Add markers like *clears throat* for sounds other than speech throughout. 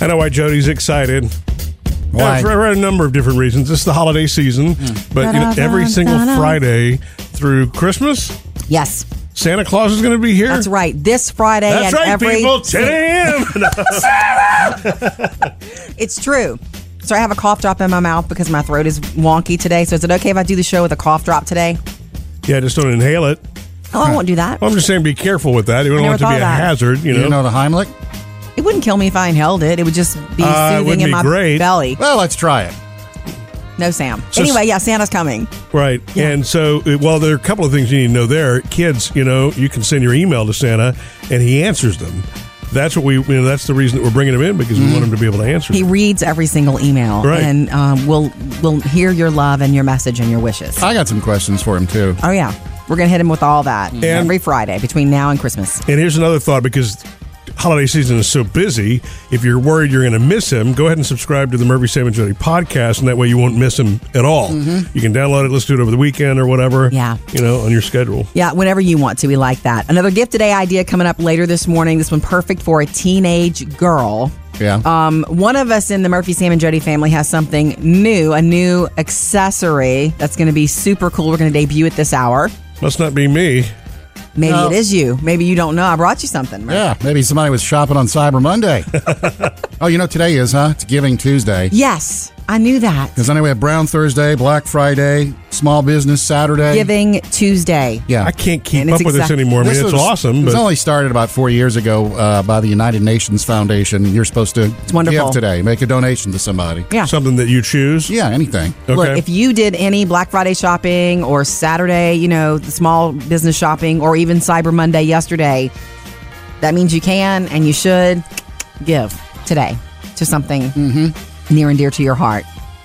I know why Jody's excited. Why? Uh, for, for a number of different reasons. It's the holiday season, but you know, every single Ta-da-da-da-da. Friday through Christmas, Yes, Santa Claus is going to be here. that's right. This Friday That's and right, every people. 10 *laughs* a.m. It's true. So I have a cough drop in my mouth because my throat is wonky today. So is it okay if I do the show with a cough drop today? yeah, just don't inhale it. Oh, I won't do that. Well, I'm just saying, be careful with that. You don't never want it to be thought a of that. hazard. You know, You know the Heimlich? It wouldn't kill me if I inhaled it. It would just be Uh, it soothing wouldn't in be my great. belly. Well, let's try it. No, Sam. So- anyway, yeah, Santa's coming. right? And so, uh, well, there are a couple of things you need to know there, kids. You know, you can send your email to Santa, and he answers them. That's what we. You know, that's the reason that we're bringing him in because we want him to be able to answer. Mm-hmm. He them. reads every single email, Right. and um, we'll we'll hear your love and your message and your Uh wishes. I got some questions for him too. Oh yeah, we're gonna hit him with all that every Friday between now and Christmas. And here's another thought because holiday season is so busy. If you're worried you're going to miss him, go ahead and subscribe to the Murphy Sam and Jody podcast, and that way you won't miss him at all. You can download it, listen to it over the weekend or whatever. Mm-hmm. Yeah. you know, on your schedule. Yeah, whenever you want to. We like that. Another gift today idea coming up later this morning. This one perfect for a teenage girl. Yeah. uh, Um, one of us in the Murphy, Sam, and Jody family has something new, a new accessory that's going to be super cool. We're going to debut it this hour. Must not be me. Maybe No. it is you. Maybe you don't know. I brought you something. Murphy. yeah, maybe somebody was shopping on *laughs* Cyber Monday. oh, you know what today is, huh? It's Giving Tuesday. Yes, I knew that. Because I know we have Brown Thursday, Black Friday, Small Business Saturday. Giving Tuesday. Yeah. I can't keep And up it's with this exact- anymore. I mean, it's was- awesome, It was but only started about four years ago uh, by the United Nations Foundation. You're supposed to wonderful. give today, make a donation to somebody. Yeah. something that you choose. Yeah, anything. Okay. Look, if you did any Black Friday shopping or Saturday, you know, the small business shopping or even Cyber Monday yesterday, that means you can and you should give today to something near and dear to your heart.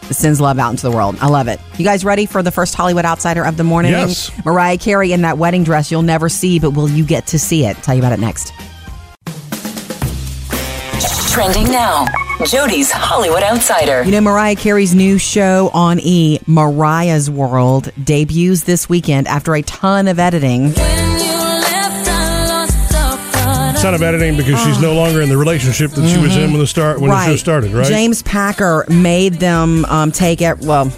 It sends love out into the world. I love it. You guys ready for the first Hollywood Outsider of the morning? Yes. Mariah Carey in that wedding dress you'll never see, but will you get to see it? Tell you about it next. Trending now. Jody's Hollywood Outsider. You know, Mariah Carey's new show on E, Mariah's World, debuts this weekend after a ton of editing. it's not a bad name because she's Ah. no longer in the relationship that she was Mm-hmm. in when the start when the show started. Right? James Packer made them um, take it. Well,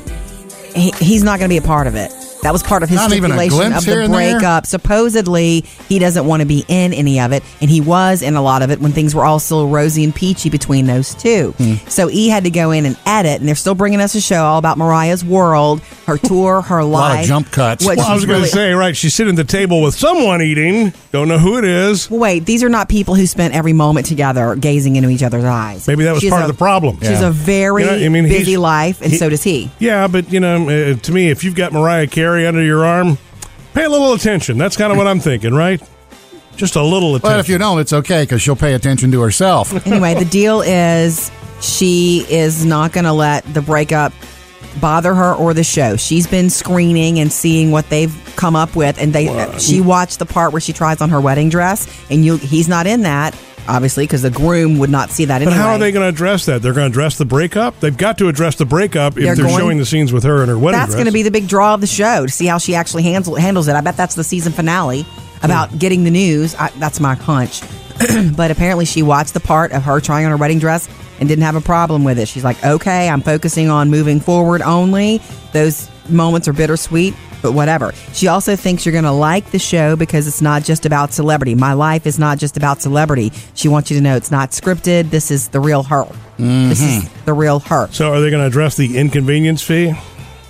he, he's not going to be a part of it. That was part of his Not even a stipulation glimpse of here the and there? breakup. Supposedly, he doesn't want to be in any of it, and he was in a lot of it when things were all still rosy and peachy between those two. Hmm. So E had to go in and edit, and they're still bringing us a show all about Mariah's world, her *laughs* tour, her lot of life, jump cuts. what well, I she's was going to really say, right? She's sitting at the table with someone eating. Don't know who it is. Well, wait, these are not people who spent every moment together gazing into each other's eyes. Maybe that was She's part a- of the problem. She's Yeah. a very You know, I mean, he's- busy life, and he- so does he. Yeah, but you know, uh, to me, if you've got Mariah Carey under your arm, pay a little attention. That's kind of what I'm thinking, right? Just a little attention. But if you don't, it's okay because she'll pay attention *laughs* to herself. Anyway, the deal is she is not going to let the breakup bother her or the show. She's been screening and seeing what they've come up with, and they she watched the part where she tries on her wedding dress, and you he's not in that obviously because the groom would not see that. but anyway. how are they going to address that? They're going to address the breakup. They've got to address the breakup if They're they're, going- showing the scenes with her and her wedding that's dress. going to be the big draw of the show to see how she actually handle, handles it. I bet that's the season finale about getting the news. I, that's my hunch. *clears throat* but apparently, she watched the part of her trying on her wedding dress and didn't have a problem with it. She's like, okay, I'm focusing on moving forward only. Those moments are bittersweet, but whatever. She also thinks you're going to like the show because it's not just about celebrity. My life is not just about celebrity. She wants you to know it's not scripted. This is the real her. This is the real her. so, are they going to address the inconvenience fee?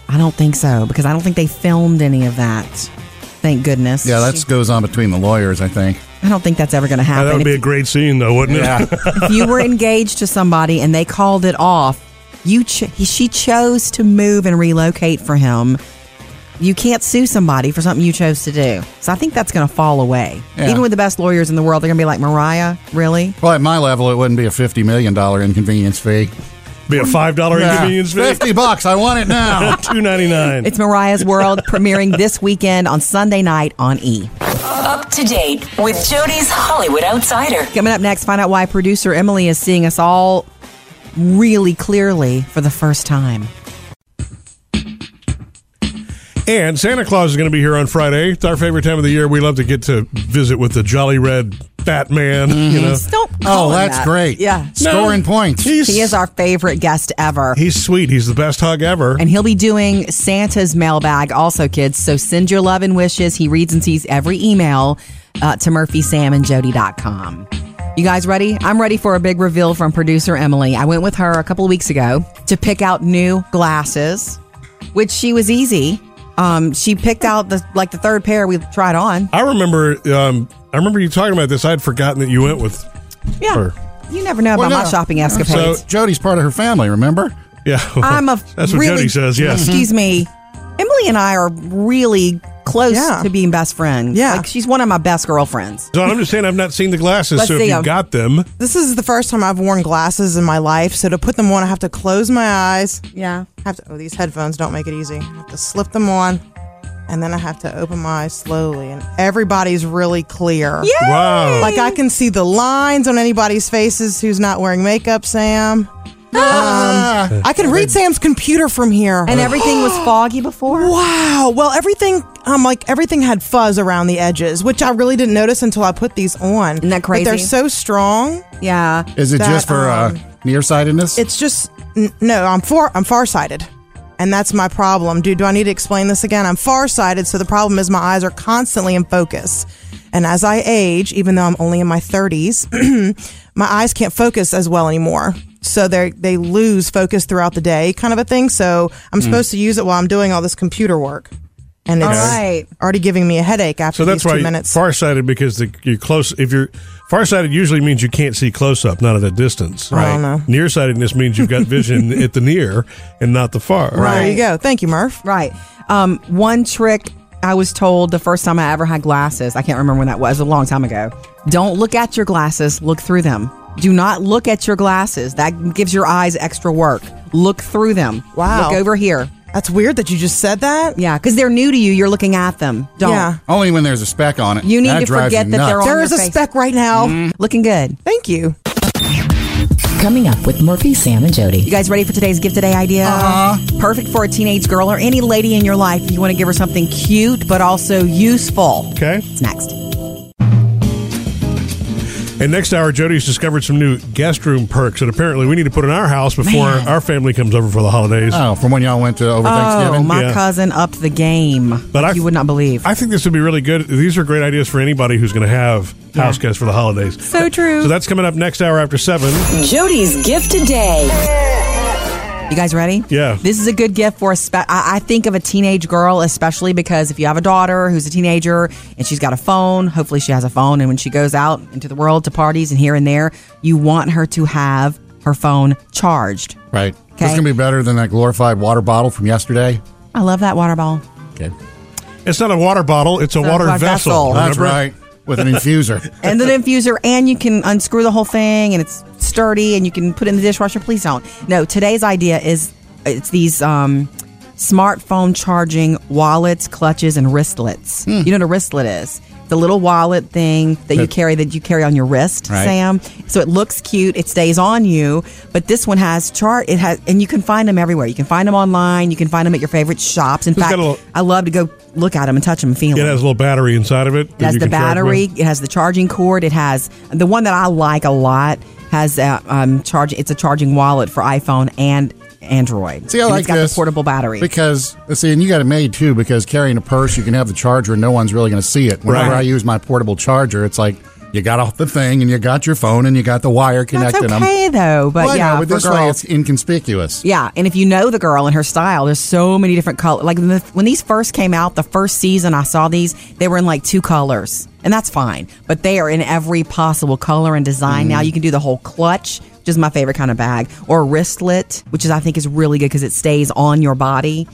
I don't think so because I don't think they filmed any of that. Thank goodness. Yeah, that goes on between the lawyers, I think. I don't think that's ever going to Now, happen. that would be a if, great scene, though, wouldn't it? if you were engaged to somebody and they called it off, you ch- she chose to move and relocate for him. You can't sue somebody for something you chose to do. So I think that's going to fall away. Yeah. Even with the best lawyers in the world, they're going to be like, Mariah, really? Well, at my level, it wouldn't be a $50 million inconvenience fee. *laughs* be a five dollar inconvenience fee. 50 bucks. I want *laughs* it now. Two ninety nine. It's Mariah's *laughs* World premiering this weekend on Sunday night on E. Up to date with Jody's Hollywood Outsider. Coming up next, find out why producer Emily is seeing us all really clearly for the first time. And Santa Claus is going to be here on Friday. It's our favorite time of the year. We love to get to visit with the jolly red fat man. Mm-hmm. You know, Don't Oh, call him that's that. great. Yeah. Scoring No. points. He's- He is our favorite guest ever. He's sweet. He's the best hug ever. And he'll be doing Santa's mailbag also, kids. So send your love and wishes. He reads and sees every email uh, to murphysamandjody.com. You guys ready? I'm ready for a big reveal from producer Emily. I went with her a couple of weeks ago to pick out new glasses, which she was easy. Um, she picked out the like the third pair we tried on. I remember. Um, I remember you talking about this. I'd forgotten that you went with. Yeah. Sure. You never know Well, about no. my shopping escapades. So- Jody's part of her family, remember? Yeah, *laughs* *laughs* I'm a That's what really, Jody says. Yes. *laughs* Excuse me. Emily and I are really close Yeah. to being best friends. Yeah. Like she's one of my best girlfriends. So I'm just saying I've not seen the glasses. Let's so if see you them. got them, This is the first time I've worn glasses in my life, so to put them on, I have to close my eyes. Yeah. I have to. Oh, these headphones don't make it easy. I have to slip them on, and then I have to open my eyes slowly, and everybody's really clear. Yeah. wow. Like I can see the lines on anybody's faces who's not wearing makeup. Sam. Um, I can read Sam's computer from here. Ah! And everything *gasps* was foggy before. Wow. Well, everything um like everything had fuzz around the edges, which I really didn't notice until I put these on. Isn't that But they're crazy? so strong. Yeah. Is it That, just for um, uh, nearsightedness? It's just n- no. I'm far. I'm farsighted, and that's my problem, dude. Do I need to explain this again? I'm farsighted, so the problem is my eyes are constantly in focus, and as I age, even though I'm only in my 30s, *clears throat* my eyes can't focus as well anymore. So they they lose focus throughout the day, kind of a thing. So Hmm. I'm supposed to use it while I'm doing all this computer work, and it's All right. already giving me a headache after So that's these two why minutes. farsighted because the, you're close. If you're farsighted, usually means you can't see close up, not at a distance. I don't Right. know. Nearsightedness means you've got *laughs* vision at the near and not the far. There you go. Thank you, Murph. Right. Um, one trick I was told the first time I ever had glasses, I can't remember when that was, a long time ago. Don't look at your glasses, look through them. Do not look at your glasses. That gives your eyes extra work. Look through them. Wow. Look over here. That's weird that you just said that. Yeah, because they're new to you. You're looking at them. Don't. Yeah. Only when there's a speck on it. You need that to drives forget you that nuts. they're on There your is a face. speck right now. Mm. Looking good. Thank you. Coming up with Murphy, Sam, and You Jody. guys ready for today's gift today idea? Uh-huh. Perfect for a teenage girl or any lady in your life. If you want to give her something cute but also useful. Okay. It's next. And next hour, Jody's discovered some new guest room perks that apparently we need to put in our house before our, our family comes over for the holidays. Oh, from when y'all went to over Oh, Thanksgiving? my Yeah. cousin upped the game. But I- you would not believe. I think this would be really good. These are great ideas for anybody who's going to have house guests for the holidays. So true. So that's coming up next hour after seven. Jody's gift today. you guys ready? Yeah. This is a good gift for a spe- I, I think of a teenage girl, especially because if you have a daughter who's a teenager and she's got a phone, hopefully she has a phone, and when she goes out into the world to parties and here and there, you want her to have her phone charged. Right. Okay. This is going to be better than that glorified water bottle from yesterday. I love that water ball. Okay. It's not a water bottle; it's a not a water water vessel. vessel. That's remember? right. With an infuser. *laughs* and an infuser, and you can unscrew the whole thing, and it's sturdy, and you can put it in the dishwasher. Please don't. No, today's idea is it's these um, smartphone charging wallets, clutches, and wristlets. Hmm. You know what a wristlet is? The little wallet thing that you That- carry that you carry on your wrist, Right. Sam. So it looks cute. It stays on you. But this one has chart. It has, and you can find them everywhere. You can find them online. You can find them at your favorite shops. In It's fact, got a little- I love to go look at them and touch them and feel It them. has a little battery inside of it. It that has you the can charge battery. with. It has the charging cord. It has the one that I like a lot. Has a um, charge. It's a charging wallet for iPhone and Android. See, I and like it's got this the portable battery. because see, and you got it made too. Because carrying a purse, you can have the charger, and no one's really going to see it. Whenever Right. I use my portable charger, it's like you got off the thing, and you got your phone, and you got the wire That's connected. I'm- okay though. But Well, I yeah, know, but for this way girls. it's inconspicuous. yeah, and if you know the girl and her style, there's so many different colors. Like the, when these first came out, the first season I saw these, they were in like two colors, and that's fine. But they are in every possible color and design Mm. now. You can do the whole clutch, which is my favorite kind of bag, or a wristlet, which is I think is really good because it stays on your body.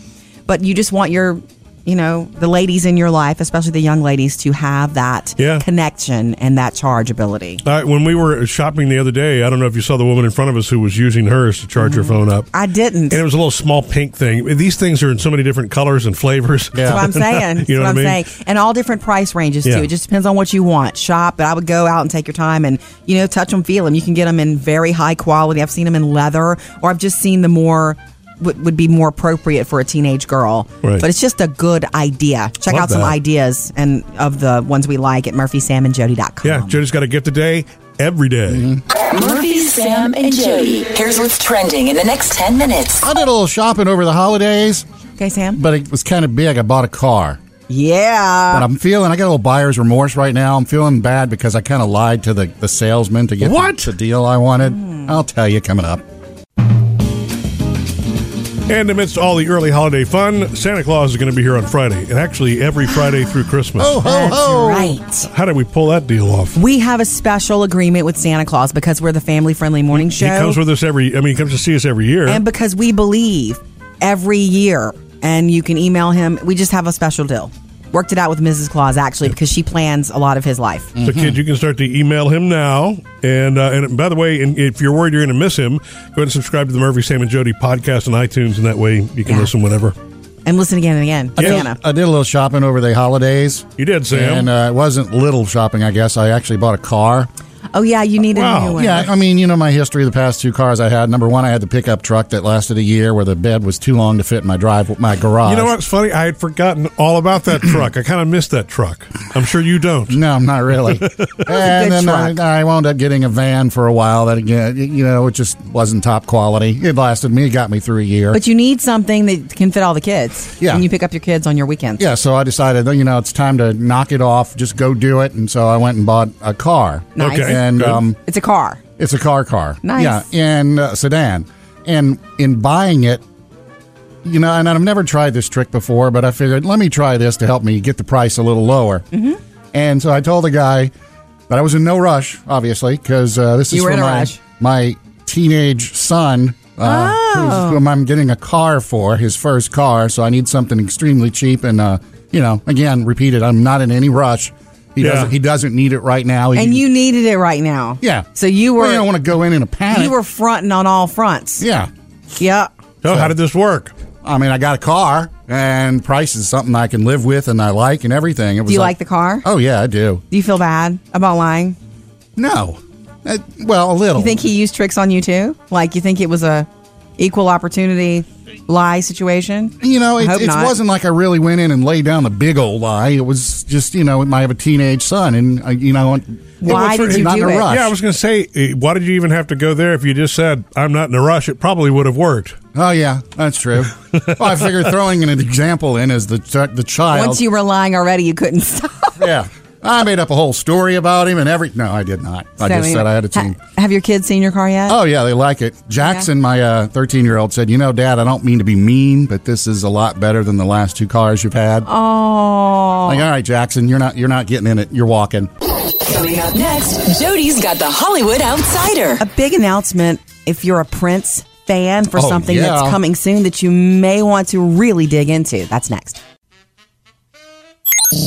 But you just want your, you know, the ladies in your life, especially the young ladies, to have that Yeah. connection and that chargeability. All right, when we were shopping the other day, I don't know if you saw the woman in front of us who was using hers to charge her phone up. Mm-hmm. I didn't. and it was a little small pink thing. These things are in so many different colors and flavors. Yeah. That's what I'm saying. *laughs* That's You know what I'm what I mean? saying. And all different price ranges Yeah. too. It just depends on what you want. Shop, but I would go out and take your time and you know touch them, feel them. You can get them in very high quality. I've seen them in leather, or I've just seen the more would, would be more appropriate for a teenage girl. Right. But it's just a good idea. Check Love out some that. ideas and of the ones we like at murphysamandjody.com. Yeah, Jody's got a gift today, every day. Mm-hmm. Murphy, Sam, and Jody. Here's what's trending in the next 10 minutes. I did a little shopping over the holidays, Okay, Sam? but it was kind of big. I bought a car. yeah. But I'm feeling, I got a little buyer's remorse right now. I'm feeling bad because I kind of lied to the, the salesman to get the- What? The, deal I wanted. Hmm. I'll tell you coming up. And amidst all the early holiday fun, Santa Claus is going to be here on Friday, and actually every Friday through Christmas. Oh, ho, That's ho. right. How did we pull that deal off? We have a special agreement with Santa Claus because we're the family friendly morning show. He comes with us every. I mean, he comes to see us every year. and because we believe every year and you can email him we just have a special deal worked it out with mrs claus actually because she plans a lot of his life Mm. So, kids, you can start to email him now. And uh, and by the way, and if you're worried you're going to miss him, go ahead and subscribe to the Murphy Sam and Jody podcast on iTunes, and that way you can Yeah. listen whenever. and listen again and again Yeah. Santa. I did a little shopping over the holidays. You did, Sam. And uh, it wasn't little shopping, I guess. I actually bought a car. oh yeah you need a Wow. new one Yeah, I mean, you know my history. The past two cars I had. Number one, I had the pickup truck that lasted a year, where the bed was too long to fit in my drive, my garage. you know what's funny? I had forgotten all about *clears throat* that truck. I kind of missed that truck. I'm sure you don't. No, not *laughs* really. and then truck. I, I wound up getting a van for a while. That again, you know, it just wasn't top quality. It lasted me, it got me through a year. but you need something that can fit all the kids Yeah. and you pick up your kids on your weekends yeah, so I decided, you know, it's time to knock it off. Just go do it. And so I went and bought a car. Nice. Okay, And good. um, it's a car It's a car car. Nice. Yeah, and uh, sedan. And in buying it, you know, and I've never tried this trick before, but I figured let me try this to help me get the price a little lower. Mm-hmm. And so I told the guy that I was in no rush, obviously, because uh, this You is were for in a my, rush. my teenage son. Uh, Oh. who's- Whom I'm getting a car for his first car, so I need something extremely cheap and uh, you know, again, repeated. I'm not in any rush. He Yeah. doesn't. He doesn't need it right now. He- and you needed it right now yeah. so you were Well, you don't want to go in in a panic. you were fronting on all fronts Yeah. yeah Oh, how did this work? I mean, I got a car, and price is something I can live with and I like and everything. It was do you like the car Oh yeah, I do. do you feel bad about lying No. Uh, well, a little. You think he used tricks on you too? Like you think it was a equal opportunity lie situation? you know, I it, hope it not. wasn't like I really went in and laid down the big old lie. It was just, you know, I have a teenage son, and uh, you know, it Why was did you not do in a it? rush. Yeah, I was going to say, eh, why did you even have to go there if you just said, I'm not in a rush? It probably would have worked. oh yeah, that's true. *laughs* well, I figured throwing an example in as the ch- the child. Once you were lying already, you couldn't *laughs* stop. yeah, I made up a whole story about him and every. No, I did not. I So, just mean, said I had a ha- teen. have your kids seen your car yet? Oh yeah, they like it. Jackson, my uh, thirteen-year-old, said, "You know, Dad, I don't mean to be mean, but this is a lot better than the last two cars you've had." Oh, Oh. like all right, Jackson, you're not you're not getting in it. You're walking. Coming up next, Jody's got the Hollywood Outsider. A big announcement if you're a Prince fan for Oh, something that's yeah. coming soon that you may want to really dig into. That's next.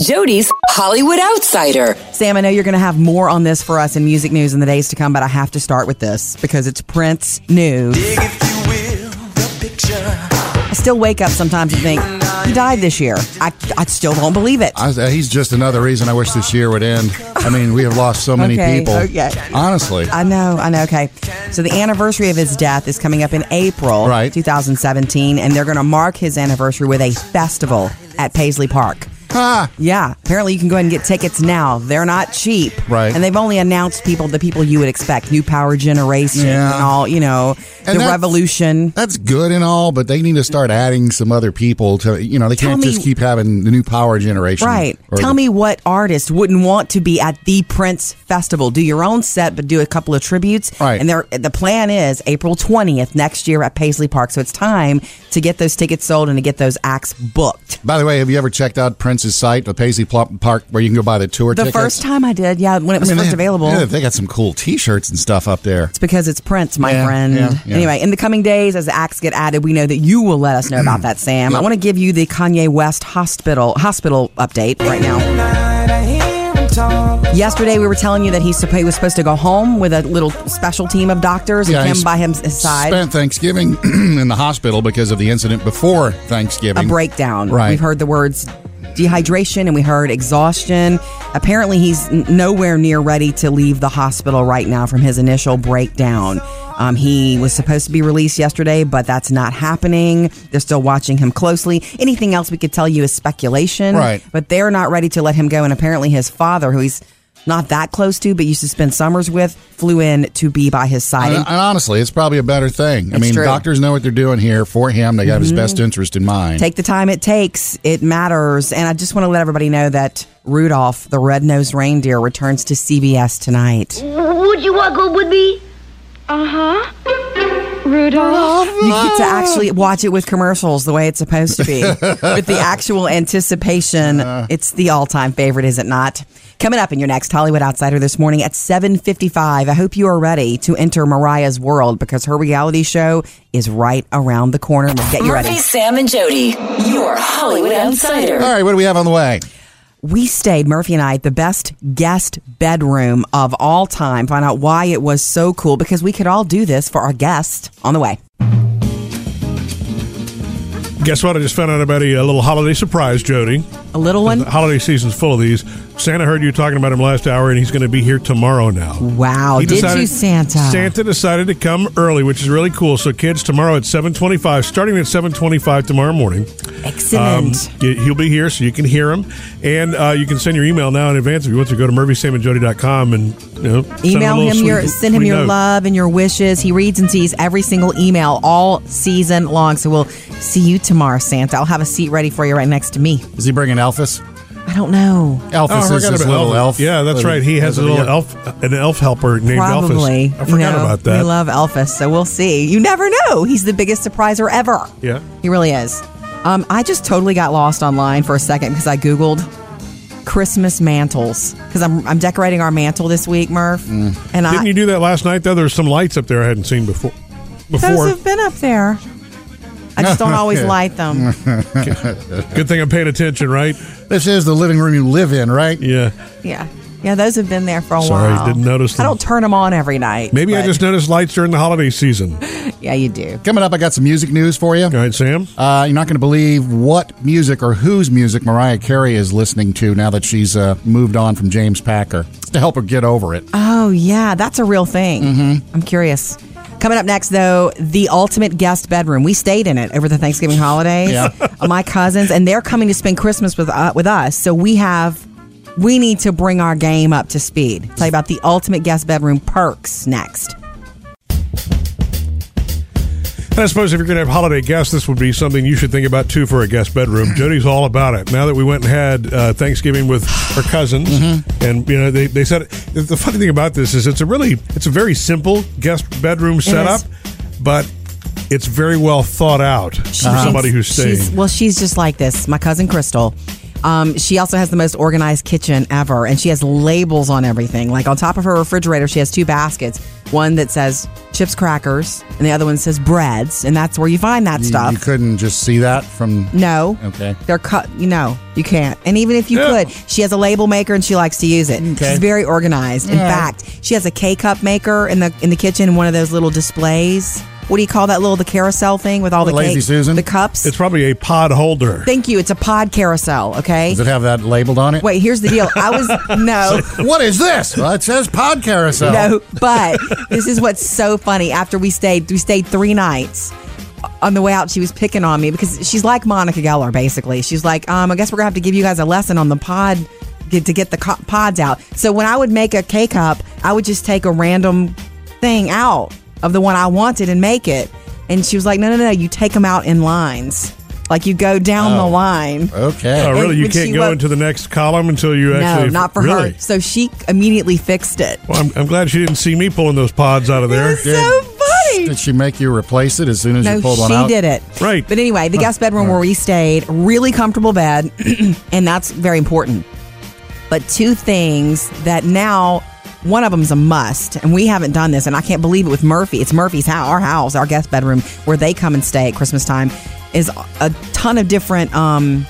Jody's Hollywood Outsider. Sam, I know you're going to have more on this for us in music news in the days to come, but I have to start with this because it's Prince news. Dig, if you will, the picture. I still wake up sometimes and think, he died this year. I, I still don't believe it. I, uh, he's just another reason I wish this year would end. I mean, we have lost so many Okay, people. okay. Honestly, I know, I know. Okay. So the anniversary of his death is coming up in April Right. 2017, and they're going to mark his anniversary with a festival at Paisley Park. ah, Yeah, apparently you can go ahead and get tickets now. They're not cheap. Right. And they've only announced people, the people you would expect New Power Generation Yeah. and all, you know, And the that's- revolution. that's good and all, but they need to start adding some other people to. You know, they Tell can't me- just keep having the new power generation. Right. or Tell the- me what artist wouldn't want to be at the Prince Festival. Do your own set, but do a couple of tributes. Right. And there, the plan is April 20th next year at Paisley Park. So it's time to get those tickets sold and to get those acts booked. By the way, have you ever checked out Prince's site, the Paisley Pl- Park, where you can go buy the tour The tickets? first time I did, yeah, when it was I mean, first they- available. yeah, they got some cool T-shirts and stuff up there. It's because it's Prince, my Yeah, friend. yeah, yeah. Anyway, in the coming days, as acts get added, we know that you will let us *clears throat* know about that, Sam. I want to give you the Kanye West hospital hospital update right now. Night, I hear him talk. Yesterday, we were telling you that he's supp- he was supposed to go home with a little special team of doctors Yeah, and he's him by him, his side. Spent Thanksgiving *clears throat* in the hospital because of the incident before Thanksgiving. a breakdown. Right. We've heard the words dehydration and we heard exhaustion. Apparently, he's n- nowhere near ready to leave the hospital right now from his initial breakdown. Um, he was supposed to be released yesterday, but that's not happening. They're still watching him closely. Anything else we could tell you is speculation, Right. But they're not ready to let him go. And apparently, his father, who he's not that close to, but used to spend summers with, flew in to be by his side. And, And- and honestly, it's probably a better thing. I mean, true. Mm-hmm. doctors know what they're doing here for him. They got his best interest in mind. Take the time it takes. It matters. And I just want to let everybody know that Rudolph, the red-nosed reindeer, returns to CBS tonight. Would you want to go with me? Uh huh. Rudolph. You get to actually watch it with commercials the way it's supposed to be, with the actual anticipation. it's the all-time favorite, is it not? Coming up in your next Hollywood Outsider this morning at 7:55. I hope you are ready to enter Mariah's world because her reality show is right around the corner. Get you Murphy, ready. Sam, and Jody, your Hollywood outsider. All right, what do we have on the way? we stayed murphy and i at the best guest bedroom of all time find out why it was so cool because we could all do this for our guest on the way Guess what? I just found out about a, a little holiday surprise, Jody. a little one The holiday season's full of these. Santa heard you talking about him last hour, and he's going to be here tomorrow now. wow He did decided- you santa Santa decided to come early, which is really cool. So, kids, tomorrow at 725, starting at 725 tomorrow morning, um, excellent y- he'll be here so you can hear him. And uh, you can send your email now in advance if you want to go to murphysamandjody.com and you know, send him a email little him sweet- your send him sweet your note. love and your wishes he reads and sees every single email all season long so we'll see you tomorrow santa i'll have a seat ready for you right next to me Is he bringing Elphus? i don't know Elphus Oh, I is forgot his about Elf. little elf. Yeah, that's Little- right. He has a little elf, an elf helper named Probably. Elphus. I You forgot know, about that. We love Elphus, so we'll see. You never know. He's the biggest surpriser ever. Yeah. He really is. Um, I just totally got lost online for a second because I Googled Christmas mantles because I'm, I'm decorating our mantle this week, Murph. And I, Mm. Didn't you do that last night? Though there's some lights up there I hadn't seen before. Those Before, have been up there. I *laughs* just don't always light them. good thing I'm paying attention, right? This is the living room you live in, right? Yeah. Yeah. Yeah, those have been there for a Sorry, while. didn't notice I don't them. turn them on every night. Maybe I but- *laughs* just noticed lights during the holiday season. All Yeah, you do. Coming up, I got some music news for you. right, Sam. Uh, you're not going to believe what music or whose music Mariah Carey is listening to now that she's uh, moved on from James Packer. It's to help her get over it. Oh, yeah, that's a real thing. I'm curious. Coming up next, though, the ultimate guest bedroom. We stayed in it over the Thanksgiving holidays. Yeah. *laughs* My cousins, and they're coming to spend Christmas with uh, with us. So we have, we need to bring our game up to speed. Tell you about the ultimate guest bedroom perks next. And I suppose if you're going to have holiday guests, this would be something you should think about too for a guest bedroom. Jody's all about it. Now that we went and had uh, Thanksgiving with her cousins, and you know they, they said the funny thing about this is it's a really it's a very simple guest bedroom setup, but it's very well thought out for She somebody who's thinks- staying. Uh-huh. She's, well, she's just like this. My cousin Crystal. Um, she also has the most organized kitchen ever, and she has labels on everything. Like on top of her refrigerator, she has two baskets. One that says chips, crackers, and the other one says breads, and that's where you find that You, stuff. you couldn't just see that from. no, Okay. they're cut. You know, you can't. And even if you Yeah. could, she has a label maker, and she likes to use it. Okay. She's very organized. In fact, she has a K cup maker in the in the kitchen, one of those little displays. What do you call that little the carousel thing with all the Lazy cake- Susan? the cups? it's probably a pod holder. Thank you. It's a pod carousel. Okay. Does it have that labeled on it? Wait. Here's the deal. *laughs* I was no. What is this? Well, it says Pod Carousel. No, but this is what's so funny. After we stayed, we stayed three nights. uh, On the way out, she was picking on me because she's like Monica Geller, basically. She's like, um, I guess we're gonna have to give you guys a lesson on the pod get, to get the co- pods out. So when I would make a K cup, I would just take a random thing out of the one I wanted and make it. And she was like, No, no, no, you take them out in lines. Like you go down the line. Oh, Okay. Oh, really? And You when can't she go went- into the next column until you No, actually. not for really? her. So she immediately fixed it. Well, I'm, I'm glad she didn't see me pulling those pods out of there. It was so funny. Did she make you replace it as soon as you No, pulled one she out? did it. Right. But anyway, the guest bedroom where we stayed, really comfortable bed, *clears throat* and that's very important. But two things that now, one of them's a must, and we haven't done this, and I can't believe it with Murphy. It's Murphy's house, our house, our guest bedroom, where they come and stay at Christmas time, is a ton of different um,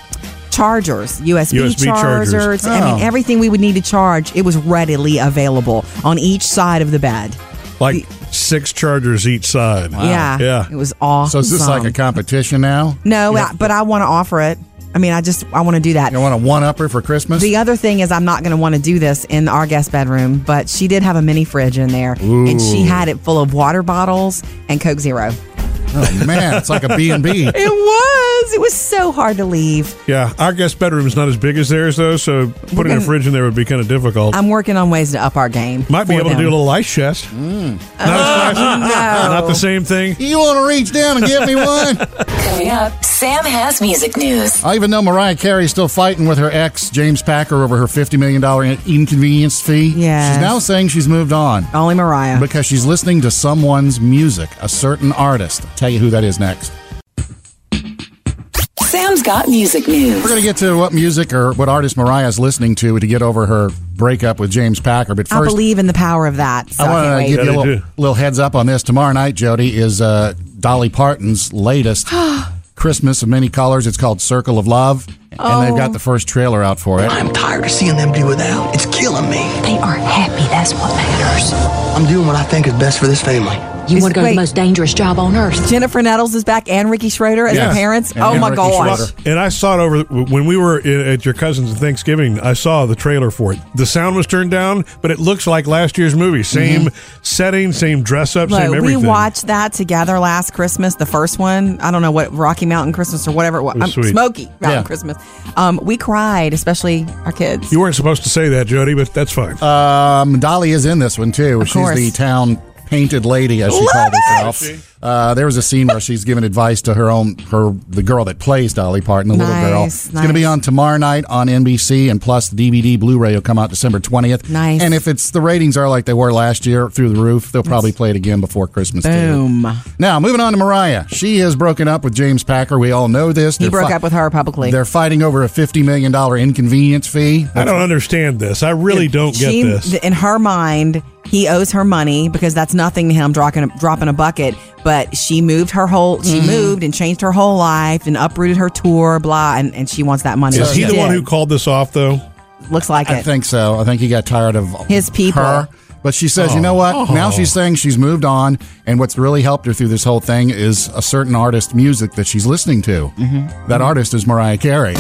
chargers, USB, USB chargers. chargers. I mean, Oh. everything we would need to charge, it was readily available on each side of the bed. Like six chargers each side. Yeah. Yeah. It was awesome. So is this like a competition now? No, I- but I want to offer it. I mean, I just I want to do that. You want a one upper for Christmas? The other thing is, I'm not going to want to do this in our guest bedroom, but she did have a mini fridge in there, and she had it full of water bottles and Coke Zero. oh man, it's like a B and *laughs* B. It was. It was so hard to leave. Yeah, our guest bedroom is not as big as theirs, though, so putting a fridge in there would be kind of difficult. I'm working on ways to up our game. Might be for able them. to *laughs* do a little ice chest. Not, as flashy, no. not the same thing. You want to reach down and give me one? Coming up, Sam has music news. I even know Mariah Carey's still fighting with her ex, James Packer, over her $50 million inconvenience fee. Yes. She's now saying she's moved on Only Mariah. because she's listening to someone's music, a certain artist. I'll tell you who that is next. Sam's got music We're news. going to get to what music or what artist Mariah's listening to to get over her breakup with James Packer. But I first, believe in the power of that. So I I, can't want wait. to Yeah, give you a they little, do. little heads up on this. Tomorrow night, Jody, is uh, Dolly Parton's *gasps* latest Christmas of Many Colors. It's called Circle of Love. And they've Oh. got the first trailer out for it. I'm tired of seeing them do without. It's killing me. They are happy. That's what matters. I'm doing what I think is best for this family. You Is- want to go to wait. the most dangerous job on earth. Jennifer Nettles is back and Ricky Schroeder as Yes. her parents. And- oh and my Ricky gosh. Schroeder. And I saw it over when we were i- at your cousin's at Thanksgiving. I saw the trailer for it. The sound was turned down, but it looks like last year's movie. Same setting, same dress up, same Mm-hmm. Look, we everything. watched that together last Christmas, the first one. I don't know what Rocky Mountain Christmas or whatever it was. was Um, sweet. Smoky Mountain Yeah. Christmas. Um, we cried, especially our kids. You weren't supposed to say that, Jody, but that's fine. Uh, Um, Dolly is in this one too. she's course. the town painted lady, as she Love called it! herself. Uh, there was a scene where she's giving advice to her own her the girl that plays Dolly Parton, the Nice, little girl. It's going to be nice. on tomorrow night on NBC, and plus the DVD Blu-ray will come out December twentieth. Nice. And if it's the ratings are like they were last year through the roof, they'll probably play it again before Christmas. too. Boom. Now moving on to Mariah, she has broken up with James Packer. We all know this. He They're broke fi- up with her publicly. They're fighting over a fifty million dollar inconvenience fee. I don't understand this. I really don't get She- this. In her mind, he owes her money because that's nothing to him dropping a, dropping a bucket. But she moved her whole, Mm-hmm. she moved and changed her whole life and uprooted her tour, blah, and, and she wants that money. Is he She the one did. who called this off, though? Looks like I it. think so. I think he got tired of His people. Her. But she says, you know what? Oh. Now she's saying she's moved on, and what's really helped her through this whole thing is a certain artist's music that she's listening to. Mm-hmm. That artist is Mariah Carey.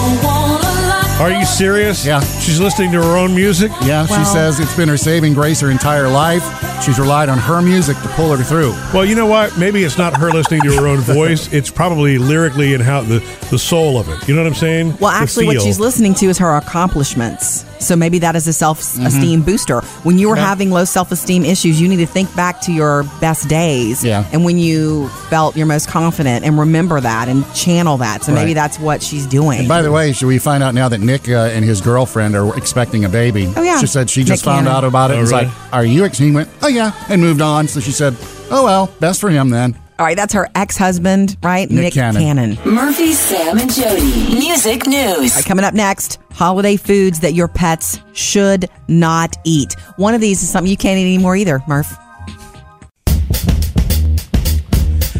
Are you serious? Yeah. She's listening to her own music? Yeah, she says it's been her saving grace her entire life. She's relied on her music to pull her through. Well, you know what? Maybe it's not her listening to her *laughs* own voice. It's probably lyrically and how the, the soul of it. You know what I'm saying? Well, The actually, what feel. she's listening to is her accomplishments. So maybe that is a self esteem Mm-hmm. booster. When you were having low self esteem issues, you need to think back to your best days Yeah. and when you felt your most confident and remember that and channel that. So maybe Right. that's what she's doing. By the way, should we find out now that Nick uh, and his girlfriend are expecting a baby? Oh, yeah. She said she Nick just found Cannon. out about it. Oh, and was really? like, "Are you?" Ex-? He went, "Oh yeah," and moved on. So she said, "Oh well, best for him then." All right, that's her ex husband, right? Nick Cannon. Murphy, Sam, and Jody. Music All news. right, coming up next, holiday foods that your pets should not eat. One of these is something you can't eat anymore either, Murph.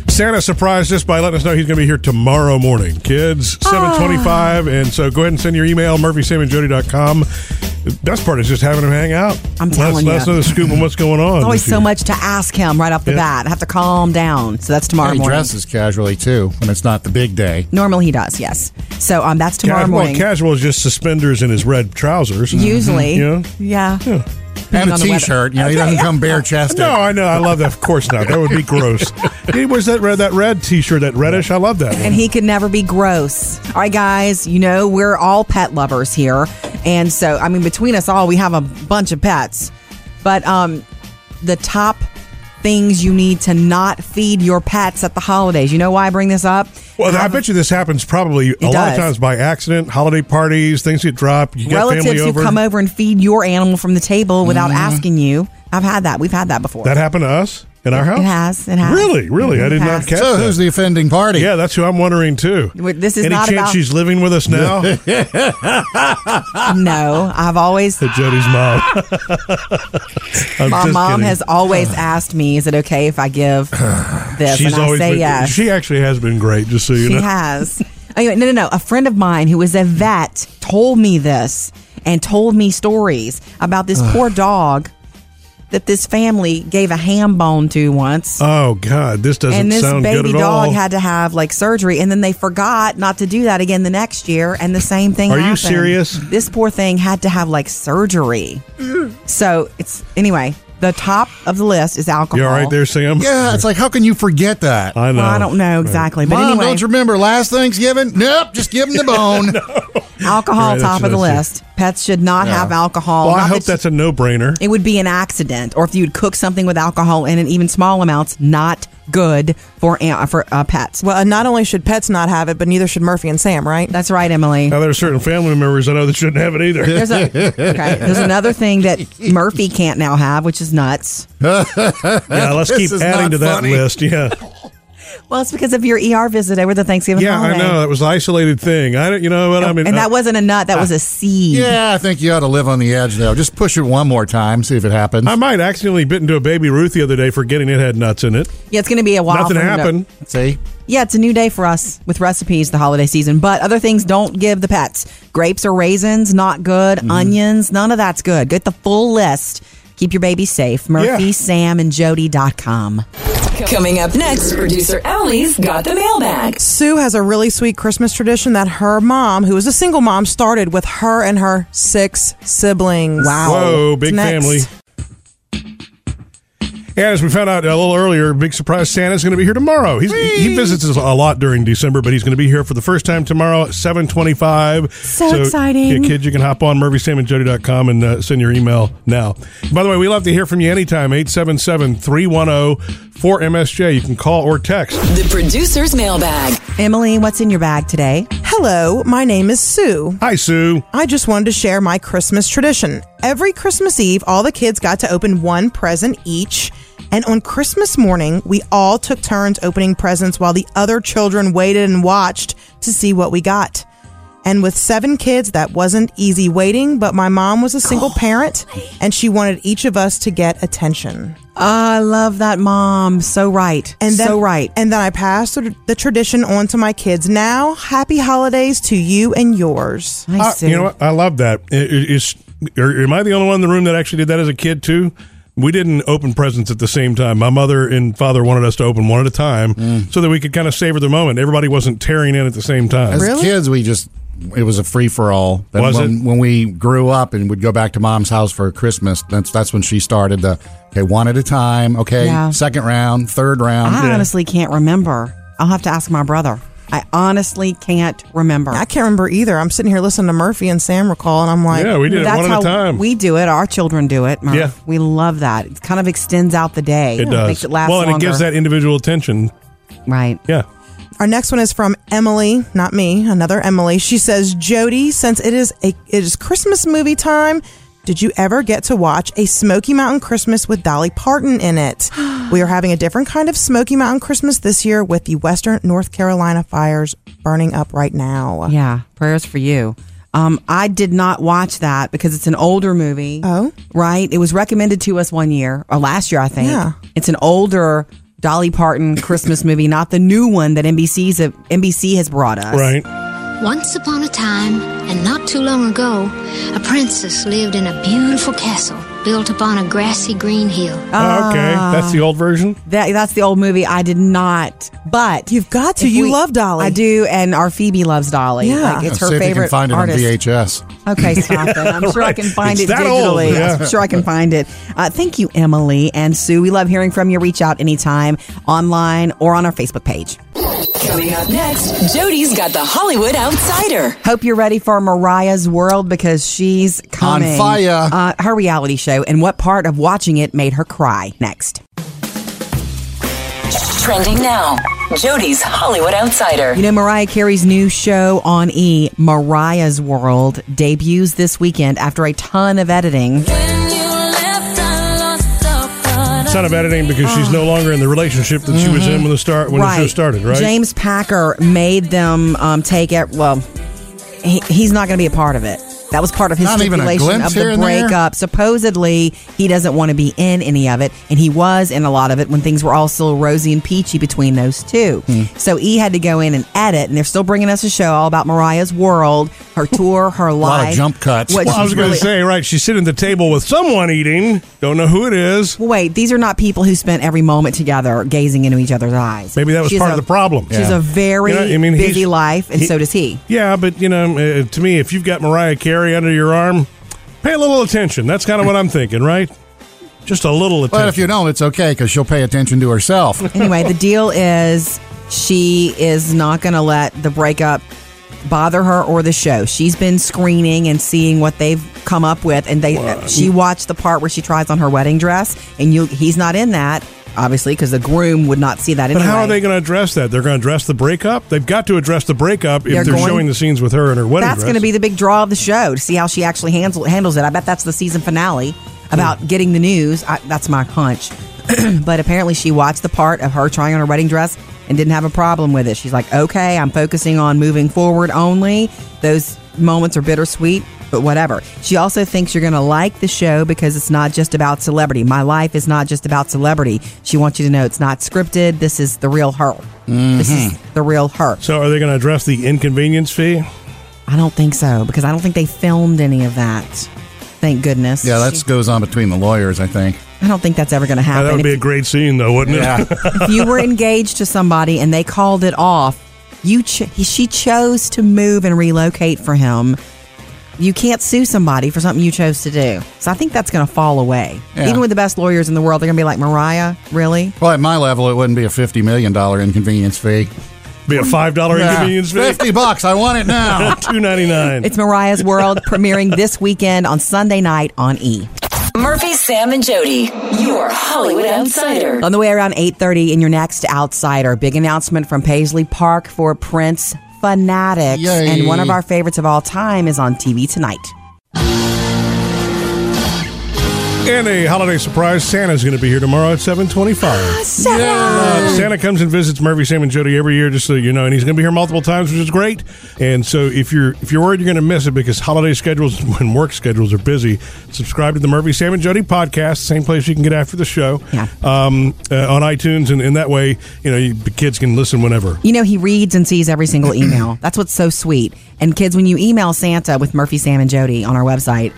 Santa surprised us by letting us know he's going to be here tomorrow morning, kids, Ah. 725. And so go ahead and send your email, murphysamandjody.com. The best part is just having him hang out. Let I'm us- telling Let us you. know the scoop on what's going on. There's always this year. so much to ask him right off the Yeah. bat. I have to calm down. So that's tomorrow And he morning. dresses casually too when it's not the big day. Normally he does, yes. So um, that's tomorrow Ca- well, morning. casual is just suspenders and his red trousers. Mm-hmm. Usually, Mm-hmm. Yeah. yeah. And Depending a on the weather. t-shirt. You know, he doesn't *laughs* come bare chested. No, I know. I love that. Of course not. That would be gross. He wears that red, that red T-shirt, that reddish. I love that. And he could never be gross. All right, guys. You know we're all pet lovers here, and so I mean between us all, we have a bunch of pets. But um, the top things you need to not feed your pets at the holidays. You know why I bring this up? Well, I bet you this happens probably a lot does. of times by accident. Holiday parties, things get dropped. You get Relatives family who over. Mm-hmm. come over and feed your animal from the table without asking you. I've had that. We've had that before. That happened to us in our house. it has. It has. Really, really, I It did has. not catch So that. who's the offending party? yeah, that's who I'm wondering too. Wait, this is Any not chance about- she's living with us *laughs* now? *laughs* No, *laughs* I've always Jody's *laughs* mom. I'm My just mom kidding. has *sighs* always asked me, "Is it okay if I give this?" She's and I always say been, yes. She actually has been great. Just so you She know. has. Anyway, no, no, no. A friend of mine who is a vet *sighs* told me this and told me stories about this poor dog that this family gave a ham bone to once. Oh God, this doesn't and this sound good baby at dog all. had to have like surgery, and then they forgot not to do that again the next year, and the same thing. Are you happened. serious? This poor thing had to have like surgery. so it's anyway. The top of the list is alcohol. you all right there, Sam? Yeah, it's like how can you forget that? I know. Well, I don't know exactly, but Mom, anyway, don't you remember last Thanksgiving? Nope, just give him *laughs* the bone. alcohol Right, that's top of the what I see. list. Pets should not Yeah. have alcohol. Well, I Not hope that you- that's a no-brainer. it would be an accident, or if you'd cook something with alcohol in it, even small amounts, not good for an- for uh, pets. Well, and not only should pets not have it, but neither should Murphy and Sam, right? That's right, Emily. Now there are certain family members I know that shouldn't have it either. There's a, *laughs* okay. There's another thing that Murphy can't now have, which is nuts. yeah, let's This keep is adding not to that funny. list. *laughs* Yeah, Well, it's because of your ER visit over the Thanksgiving yeah, I holiday. know Uh, that was an isolated thing. I don't, you know what I mean? and I- that wasn't a nut; that was a seed. yeah, I think you ought to live on the edge though. Just push it one more time, see if it happens. I might accidentally bit into a baby Ruth the other day forgetting it had nuts in it. Yeah, it's going to be a while. Nothing for him to- happened. see, Yeah, it's a new day for us with recipes the holiday season, but other things don't give the pets. Grapes or raisins, not good. Mm-hmm. Onions, none of that's good. Get the full list. Keep your baby safe. Murphy, Yeah. Sam, and Jody.com. Coming up next, producer Allie's got the mailbag. Sue has a really sweet Christmas tradition that her mom, who is a single mom, started with her and her six siblings. Wow. Whoa, big family. And as we found out a little earlier, big surprise Santa's going to be here tomorrow. He's, he visits us a lot during December, but he's going to be here for the first time tomorrow at 725. So, exciting. Yeah, kids, you can hop on murphysamandjody.com and uh, send your email now. By the way, we love to hear from you anytime, 877-310-4MSJ. You can call or text. The producer's mailbag. Emily, what's in your bag today? Hello, my name is Sue. Hi, Sue. I just wanted to share my Christmas tradition. Every Christmas Eve, all the kids got to open one present each. And on Christmas morning, we all took turns opening presents while the other children waited and watched to see what we got. And with seven kids, that wasn't easy waiting, but my mom was a single Oh, parent and she wanted each of us to get attention. I love that mom. So right. And then, so right. And then I passed the the tradition on to my kids. Now, happy holidays to you and yours. Hi, I, Sue. Uh, you know what? I love that. It- it- it's- are- am I the only one in the room that actually did that as a kid too? We didn't open presents at the same time. My mother and father wanted us to open one at a time so that we could kind of savor the moment. Everybody wasn't tearing in at the same time. as Really? kids, we just it was a free for all. Then Was when, it? when we grew up and would go back to mom's house for Christmas, that's that's when she started the okay one at a time. Okay, Yeah. Ah. second round, third round. I honestly can't remember. I'll have to ask my brother. I honestly can't remember. I can't remember either. I'm sitting here listening to Murphy and Sam recall, and I'm like, Yeah, we did it That's one at how a time. we do it. Our children do it. Murph. Yeah. we love that. It kind of extends out the day. it does. Makes it last well, and longer. it gives that individual attention. right. Yeah. Our next one is from Emily, not me, another Emily. She says, Jody, since it is a it is Christmas movie time, did you ever get to watch a Smoky Mountain Christmas with Dolly Parton in it? we are having a different kind of Smoky Mountain Christmas this year with the Western North Carolina fires burning up right now. Yeah, prayers for you. Um, I did not watch that because it's an older movie. Oh. right. It was recommended to us one year or last year, I think. Yeah. It's an older Dolly Parton Christmas movie, not the new one that NBC's NBC has brought us. Right. Once upon a time, and not too long ago, a princess lived in a beautiful castle built upon a grassy green hill. Oh, okay. Ah. That's the old version. That that's the old movie. I did not, but You've got to. if You love Dolly. I do, and our Phoebe loves Dolly. Yeah. like, it's See her if you favorite can find it artist. on VHS. Okay, stop it. I'm *laughs* sure I can Right. find It's it that old, digitally. yeah. I'm sure I can find it. Uh, thank you, Emily and Sue. We love hearing from you. Reach out anytime, online or on our Facebook page. Coming up next, Jody's got the Hollywood Outsider. Hope you're ready for Mariah's World because she's coming. fire. Uh, her reality show and what part of watching it made her cry. Next. Trending now. Jody's Hollywood Outsider. You know, Mariah Carey's new show on E, Mariah's World, debuts this weekend after a ton of editing. It's not a bad name because she's Ah. no longer in the relationship that she was in when the start when the show started, right? Mm-hmm. James Packer made them um, take it. Well, he, he's not going to be a part of it. That was part of his Not even a stipulation glimpse of here the and there? breakup. Supposedly, he doesn't want to be in any of it, and he was in a lot of it when things were all still rosy and peachy between those two. Hmm. So E had to go in and edit, and they're still bringing us a show all about Mariah's world, her tour, her life. lot of jump cuts. what Well, I she's was going to really- say, right? She's sitting at the table with someone eating. Don't know who it is. Well, wait, these are not people who spent every moment together gazing into each other's eyes. Maybe that was She's part a- of the problem. She's Yeah. a very You know, I mean, he's- busy life, and he- so does he. Yeah, but you know, uh, to me, if you've got Mariah Carey under your arm, pay a little attention. That's kind of what I'm thinking, right? Just a little attention. But if you don't, it's okay because she'll pay attention to *laughs* herself. *laughs* Anyway, the deal is she is not going to let the breakup bother her or the show. She's been screening and seeing what they've come up with, and they she watched the part where she tries on her wedding dress, and you he's not in that obviously because the groom would not see that. but anyway. how are they going to address that? They're going to address the breakup. They've got to address the breakup if They're they're, going- showing the scenes with her in her wedding. that's dress. going to be the big draw of the show to see how she actually handles handles it. I bet that's the season finale about getting the news. I, that's my hunch. *clears throat* but apparently, she watched the part of her trying on her wedding dress and didn't have a problem with it. She's like, "Okay, I'm focusing on moving forward only. Those moments are bittersweet." But whatever. She also thinks you're going to like the show because it's not just about celebrity. My life is not just about celebrity. She wants you to know it's not scripted. This is the real her. This is the real her. So, are they going to address the inconvenience fee? I don't think so because I don't think they filmed any of that. Thank goodness. Yeah, that goes on between the lawyers, I think. I don't think that's ever going to Uh, that happen. would be a If, great scene, though, wouldn't it? if you were engaged to somebody and they called it off, you ch- she chose to move and relocate for him. You can't sue somebody for something you chose to do. So I think that's going to fall away. Yeah. Even with the best lawyers in the world, they're going to be like Mariah, really? Well, at my level, it wouldn't be a $50 million inconvenience fee. *laughs* be a five dollar inconvenience *laughs* fee. 50 bucks. I want it now. Two ninety nine. It's Mariah's World premiering this weekend on Sunday night on E. Murphy, Sam, and Jody, your Hollywood outsider. *laughs* On the way around 8:30 in your next outsider, big announcement from Paisley Park for Prince fanatics, Yay. and one of our favorites of all time is on TV tonight. And a holiday surprise. Santa's going to be here tomorrow at seven twenty five. Uh, Santa comes and visits Murphy, Sam, and Jody every year, just so you know, and he's going to be here multiple times, which is great. And so, if you're if you're worried you're going to miss it because holiday schedules *laughs* and work schedules are busy, subscribe to the Murphy, Sam, and Jody podcast, same place you can get after the show, Yeah. um, uh, on iTunes, and, and that way, you know, you, the kids can listen whenever. You know, he reads and sees every single *clears throat* email. That's what's so sweet. And kids, when you email Santa with Murphy, Sam, and Jody on our website,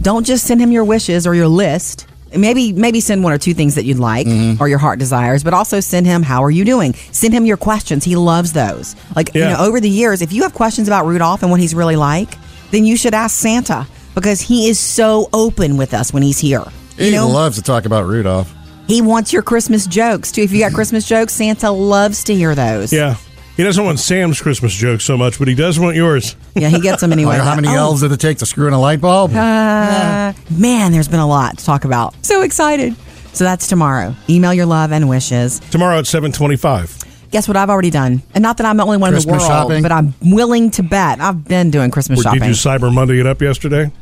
don't just send him your wishes or your list. Maybe maybe send one or two things that you'd like Mm-hmm. or your heart desires, but also send him how are you doing? Send him your questions. He loves those. Like you Yeah. know, over the years, if you have questions about Rudolph and what he's really like, then you should ask Santa because he is so open with us when he's here. You he know, loves to talk about Rudolph. he wants your Christmas jokes too. *clears throat* If you got Christmas jokes, Santa loves to hear those. Yeah, he doesn't want Sam's Christmas jokes so much, but he does want yours. *laughs* Yeah, he gets them anyway. Like, how many Oh, elves did it take to screw in a light bulb? Uh, man, there's been a lot to talk about. So excited. So that's tomorrow. Email your love and wishes. Tomorrow at seven twenty five. Guess what I've already done? And not that I'm the only one in Christmas the world, shopping? but I'm willing to bet I've been doing Christmas Did shopping. you Cyber Monday it up yesterday?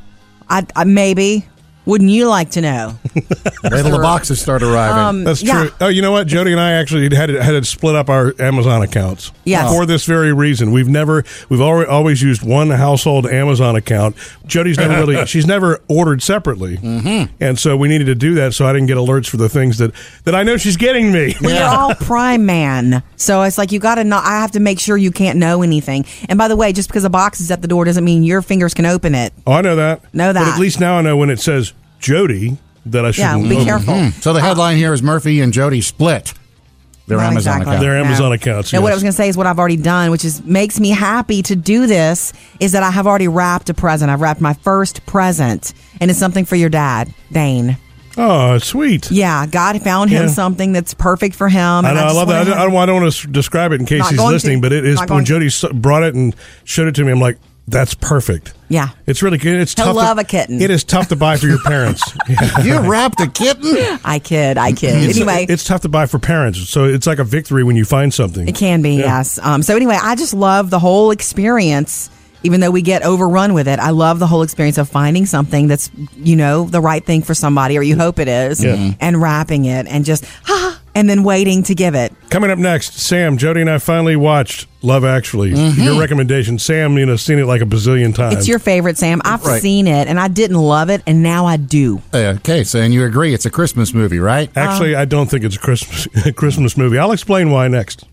I, I maybe. Wouldn't you like *laughs* to know? Wait till the boxes start arriving. That's Yeah. true. Oh, you know what? Jody and I actually had had to split up our Amazon accounts. Yes. For this very reason, we've never we've always always used one household Amazon account. Jody's never really *laughs* she's never ordered separately, mm-hmm. and so we needed to do that. So I didn't get alerts for the things that that I know she's getting *laughs* me. Well, you're all prime man. So it's like you got to know. I have to make sure you can't know anything. And by the way, just because a box is at the door doesn't mean your fingers can open it. Oh, I know that. Know But that. at least now I know when it says Jody that I Yeah, shouldn't. be open careful. Mm-hmm. Uh, So the headline here is Murphy and Jody split their Not Amazon exactly. account. Their Amazon accounts. And what I yes. was going to say is what I've already done, which is makes me happy to do this, is that I have already wrapped a present. I've wrapped my first present, and it's something for your dad, Dane. Oh, sweet. Yeah, God found him Yeah. something that's perfect for him. and I, know, I, just love that. I wanna- don't, I don't, want to describe it in case Not he's going listening, to. but it is Not when going to. Jody s- brought it and showed it to me. I'm like, that's perfect. Yeah. it's really good. It's I tough. love to, a kitten. It is tough to buy for your *laughs* parents. Yeah. You wrapped a kitten? I kid, I kid. It's- anyway, it's tough to buy for parents, so it's like a victory when you find something. It can be, yes. Um, so anyway, I just love the whole experience. even though we get overrun with it. I love the whole experience of finding something that's, you know, the right thing for somebody, or you hope it is, Yeah. Mhm. and wrapping it and just, ah, and then waiting to give it. Coming up next, Sam, Jody, and I finally watched Love Actually. Mhm. Your recommendation, Sam. You know, seen it like a bazillion times. It's your favorite, Sam. I've Right. seen it and I didn't love it, and now I do. Okay, so and you agree it's a Christmas movie, right? Actually, uh, I don't think it's a Christmas *laughs* Christmas movie. I'll explain why next.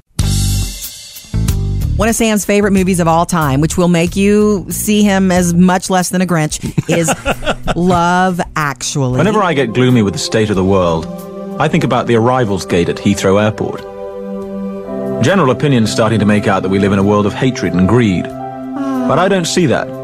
One of Sam's favorite movies of all time, which will make you see him as much less than a Grinch, *laughs* is Love Actually. Whenever I get gloomy with the state of the world, I think about the arrivals gate at Heathrow Airport. General opinion's starting to make out that we live in a world of hatred and greed. But I don't see that.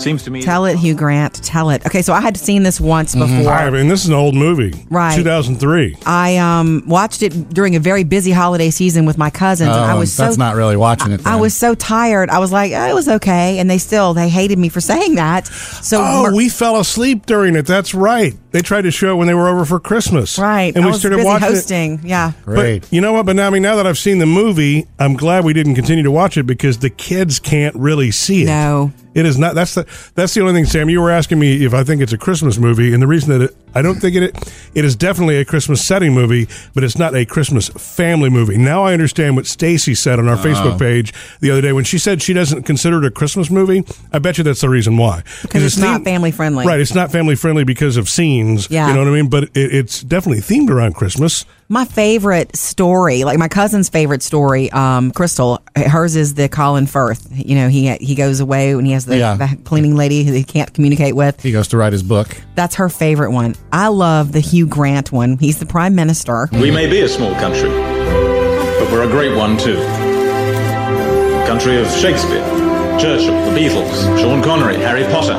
Seems to me. Tell it, Hugh Grant. Tell it. Okay, so I had seen this once Mm-hmm. before. I mean, this is an old movie. Right. 2003. I um, watched it during a very busy holiday season with my cousins. and I Oh, was that's so not really watching it. I then. was so tired. I was like, oh, it was okay, and they still they hated me for saying that. So Oh, Mer- we fell asleep during it. That's right. They tried to show it when they were over for Christmas. Right. And I we was started busy watching it. hosting. Yeah, But you know what? But now, I mean, now that I've seen the movie, I'm glad we didn't continue to watch it because the kids can't really see it. No, it is not. That's the that's the only thing, Sam. You were asking me if I think it's a Christmas movie, and the reason that it, I don't think it it is definitely a Christmas setting movie, but it's not a Christmas family movie. Now I understand what Stacy said on our Facebook page the other day when she said she doesn't consider it a Christmas movie. I bet you that's the reason why because it's, not family friendly. Right, it's not family friendly because of scenes. Yeah. You know what I mean? But it, it's definitely themed around Christmas. My favorite story, like my cousin's favorite story, um, Crystal. Hers is the Colin Firth. You know, he he goes away and he has the, Yeah. the cleaning lady who he can't communicate with. he goes to write his book. That's her favorite one. I love the Hugh Grant one. He's the prime minister. We may be a small country, but we're a great one *laughs* too. Country of Shakespeare, Churchill, the Beatles, Sean Connery, Harry Potter.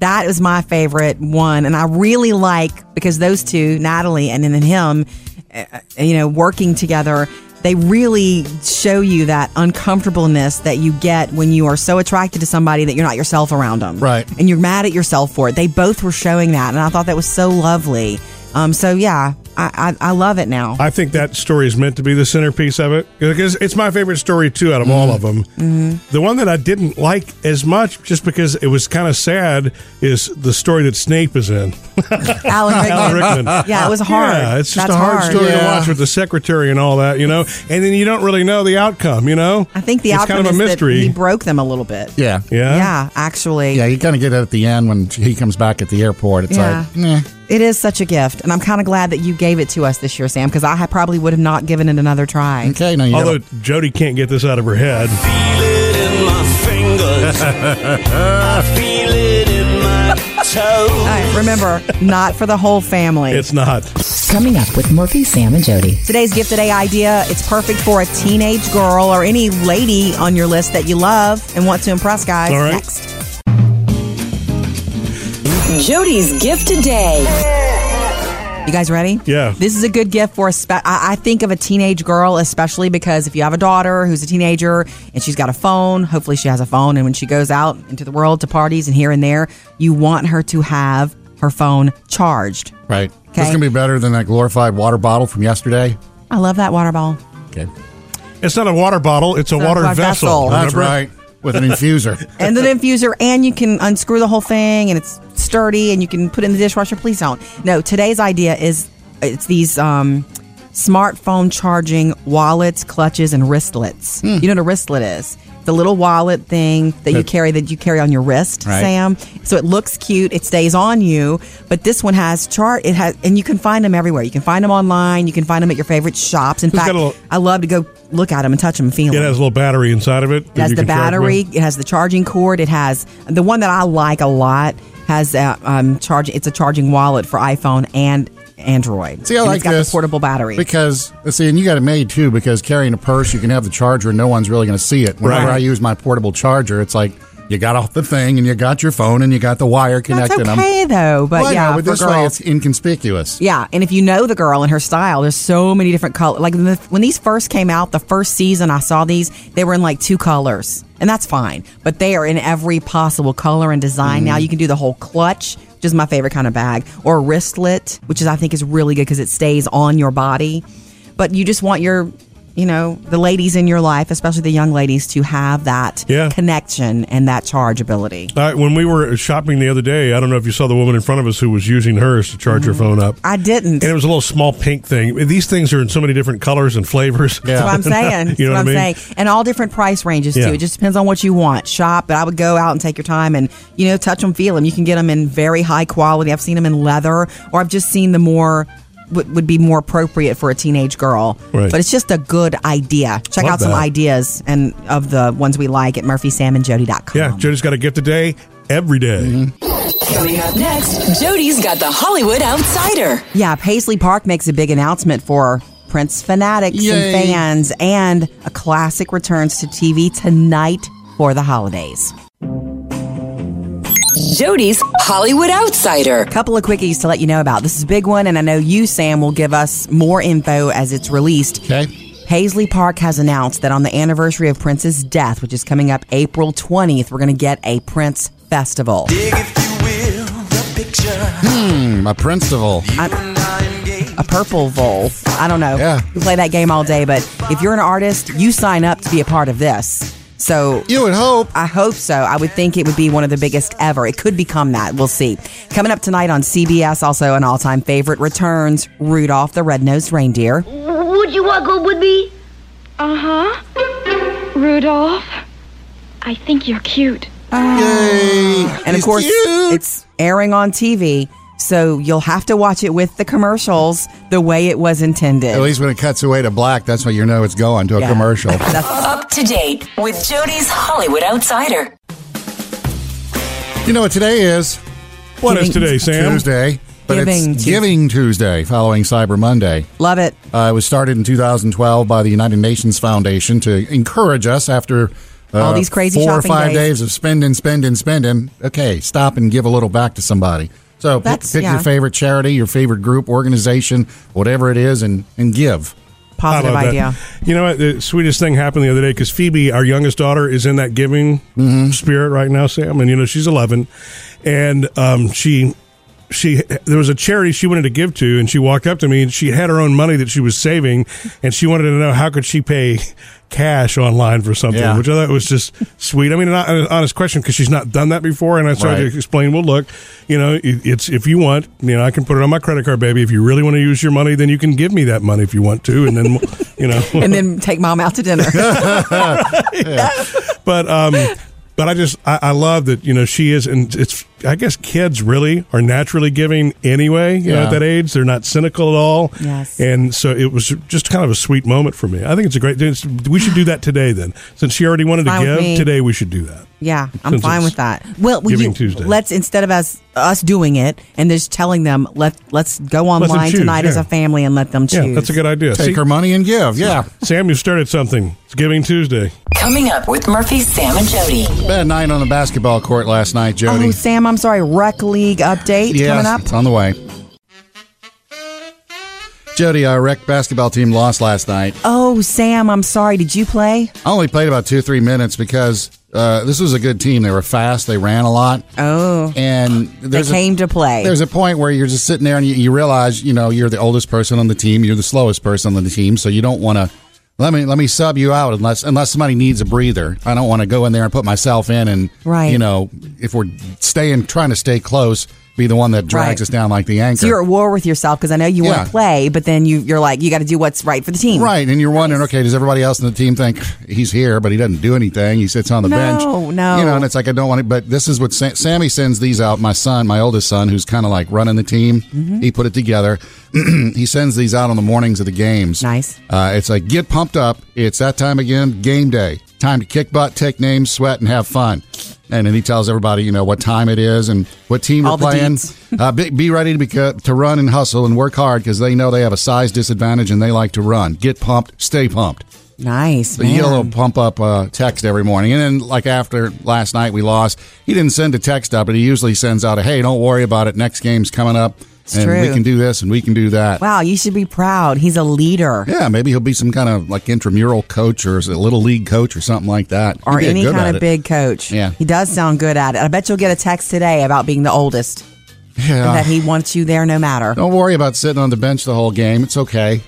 That is my favorite one, and I really like because those two, Natalie and then him, uh, you know, working together, they really show you that uncomfortableness that you get when you are so attracted to somebody that you're not yourself around them, right? And you're mad at yourself for it. They both were showing that, and I thought that was so lovely. Um, so yeah, I I, I love *laughs* it now. I think that story is meant to be the centerpiece of it because it's my favorite story too out of all of them. Mm-hmm. The one that I didn't like as much, just because it was kind of sad, is the story that Snape is in. *laughs* Alan Rickman. *laughs* Yeah, it was hard. Yeah, it's just That's a hard, hard. story to Yeah. watch with the secretary and all that, you know. And then you don't really know the outcome, you know. I think the it's outcome kind of a is that mystery. he broke them a little bit. Yeah. Yeah. Yeah, actually. Yeah, you kind of get it at the end when he comes back at the airport. It's like, It is such a gift, and I'm kind of glad that you gave it to us this year, Sam, because I had- probably would have not given it another try. Okay, now Although Jody can't get this out of her head. Feel it in my *laughs* toes. remember, not for the whole family. It's not. Coming up with Murphy, Sam, and Jody. Today's gift today idea, it's perfect for a teenage girl or any lady on your list that you love and want to impress guys. All right. Next. Jody's gift today. You guys ready? Yeah. This is a good gift for a spe- I, I think of a teenage girl, especially because if you have a daughter who's a teenager and she's got a phone, hopefully she has a phone, and when she goes out into the world to parties and here and there, you want her to have her phone charged. right. Okay. This can be better than that glorified water bottle from yesterday. I love that water ball. Okay. It's not a water bottle. It's a It's not water a water vessel. vessel. That's remember? right. With an infuser. *laughs* and an infuser, and you can unscrew the whole thing, and it's sturdy, and you can put it in the dishwasher. Please don't. No, today's idea is it's these um, smartphone charging wallets, clutches, and wristlets. Hmm. You know what a wristlet is? The little wallet thing that you That- carry that you carry on your wrist, Right. Sam. So it looks cute, it stays on you. But this one has chart. It has, and you can find them everywhere. You can find them online. You can find them at your favorite shops. In It's fact, got a little- I love to go look at them and touch them, and feel It them. has a little battery inside of it. It that has you the can charge battery. with. It has the charging cord. It has the one that I like a lot. Has a um, charge. It's a charging wallet for iPhone and Android. *laughs* See, I And like it's got this the portable battery. Because let's see, and you got it made too. Because carrying a purse, you can have the charger, and no one's really going to see it. Whenever Right. I use my portable charger, it's like you got off the thing, and you got your phone, and you got the wire connected. I'm- okay, though, but Well, I yeah, know, but for this way girls. it's inconspicuous. Yeah, and if you know the girl and her style, there's so many different colors. Like the, when these first came out, the first season I saw these, they were in like two colors, and that's fine. But they are in every possible color and design Mm. now. You can do the whole clutch, which is my favorite kind of bag, or a wristlet, which is I think is really good because it stays on your body. But you just want your you know, the ladies in your life, especially the young ladies, to have that Yeah. connection and that charge ability. Uh, when we were shopping the other day, I don't know if you saw the woman in front of us who was using hers to charge her phone up. Mm. I didn't. And it was a little small pink thing. These things are in so many different colors and flavors. *laughs* That's what I'm saying. That's you know what I'm I mean? saying. And all different price ranges Yeah. too. It just depends on what you want. Shop, but I would go out and take your time and you know touch them, feel them. You can get them in very high quality. I've seen them in leather, or I've just seen the more would, would be more appropriate for a teenage girl. Right. But it's just a good idea. Check Love out some that. ideas and of the ones we like at murphysamandjody.com. Yeah, Jody's got a gift today, every day. Mm-hmm. Coming up next, Jody's got the Hollywood Outsider. Yeah, Paisley Park makes a big announcement for Prince fanatics Yay. and fans, and a classic returns to TV tonight for the holidays. Jody's Hollywood Outsider. Couple of quickies to let you know about. This is a big one, and I know you, Sam, will give us more info as it's released. Okay. Paisley Park has announced that on the anniversary of Prince's death, which is coming up April 20th, we're going to get a Prince festival. Hmm, a principal. I- a purple bowl. I don't know. Yeah. We play that game all day, but if you're an artist, you sign up to be a part of this. So you would hope. I hope so. I would think it would be one of the biggest ever. It could become that. We'll see. Coming up tonight on CBS, also an all-time favorite returns Rudolph the Red-Nosed Reindeer. Would you wuggle would be? Uh huh. Uh-huh. Rudolph, I think you're cute. And of course, it's airing on TV, so you'll have to watch it with the commercials the way it was intended. Oh, At least when it cuts away to black, that's when you know it's going to a Yeah. *laughs* commercial. Up to date with Jody's Hollywood Outsider. you know what today is? What is today, Sam? Tuesday. But Giving it's Tuesday. Giving Tuesday following Cyber Monday. Love it. Uh, it was started in 2012 by the United Nations Foundation to encourage us after uh, All these crazy four or shopping five days. days. of spending, spending, spending. Okay, stop and give a little back to somebody. So pick, That's- pick yeah. your favorite charity, your favorite group, organization, whatever it is, and and give. I love that. You know what? The sweetest thing happened the other day because Phoebe, our youngest daughter, is in that giving Mm-hmm. spirit right now, Sam. And you know she's 11, and um, she she there was a charity she wanted to give to, and she walked up to me and she had her own money that she was saving, and she wanted to know how could she pay cash online for something, Yeah. which I thought was just sweet. I mean, an hon- an honest question because she's not done that before, and I tried Right. to explain. Well, look, you know, it, it's if you want, you know, I can put it on my credit card, baby. If you really want to use your money, then you can give me that money if you want to, and then *laughs* you know, and then take mom out to dinner. *laughs* but um but i just I, I love that you know she is and it's i guess kids really are naturally giving anyway you know Yeah. at that age they're not cynical at all Yes. and so it was just kind of a sweet moment for me i think it's a great it's, we should do that today then since she already wanted to Fine with me. give today we should do that Yeah, I'm Since fine it's with that. Well, will Giving you, Tuesday. let's instead of us us doing it and just telling them let let's go Let them online choose, tonight as yeah. a family and let them choose. yeah that's a good idea Take her money and give. Yeah. sam you started something it's giving tuesday Coming up with Murphy, Sam, and Jody. Bad night on the basketball court last night, Jody. Oh, Sam, I'm sorry. Rec League update Yes, coming up. It's on the way. Jody, our rec basketball team lost last night. Oh, Sam, I'm sorry. Did you play? I only played about two, three minutes because uh, this was a good team. They were fast. They ran a lot. Oh. And They there's came a, to play. There's a point where you're just sitting there and you, you realize, you know, you're the oldest person on the team. You're the slowest person on the team. So you don't want to. Let me let me sub you out unless unless somebody needs a breather. I don't want to go in there and put myself in and Right. you know if we're staying trying to stay close, be the one that drags Right. us down like the anchor. so you're at war with yourself because I know you Yeah. want to play, but then you you're like you got to do what's right for the team. Right, and you're wondering, okay, does everybody else in the team think he's here, but he doesn't do anything? He sits on the No, bench. no. You know, and it's like I don't want it. But this is what Sa- Sammy sends these out. My son, my oldest son, who's kind of like running the team, Mm-hmm. he put it together. *clears throat* he sends these out on the mornings of the games. Nice. Uh, it's like get pumped up. It's that time again, game day. Time to kick butt, take names, sweat, and have fun. And then he tells everybody, you know, what time it is and what team All we're the playing. *laughs* deets. Uh, be, be ready to, be, to run and hustle and work hard because they know they have a size disadvantage and they like to run. Get pumped, stay pumped. Nice, The man. yellow pump up uh, text every morning. And then, like after last night, we lost. He didn't send a text up, but he usually sends out a hey, don't worry about it. Next game's coming up. and we true. can do this and we can do that. Wow, you should be proud. He's a leader. Yeah, maybe he'll be some kind of like intramural coach or a little league coach or something like that. Or He'd be any good kind at of it. big coach. Yeah. He does sound good at it. I bet you'll get a text today about being the oldest. Yeah. And that he wants you there no matter. Don't worry about sitting on the bench the whole game. It's okay.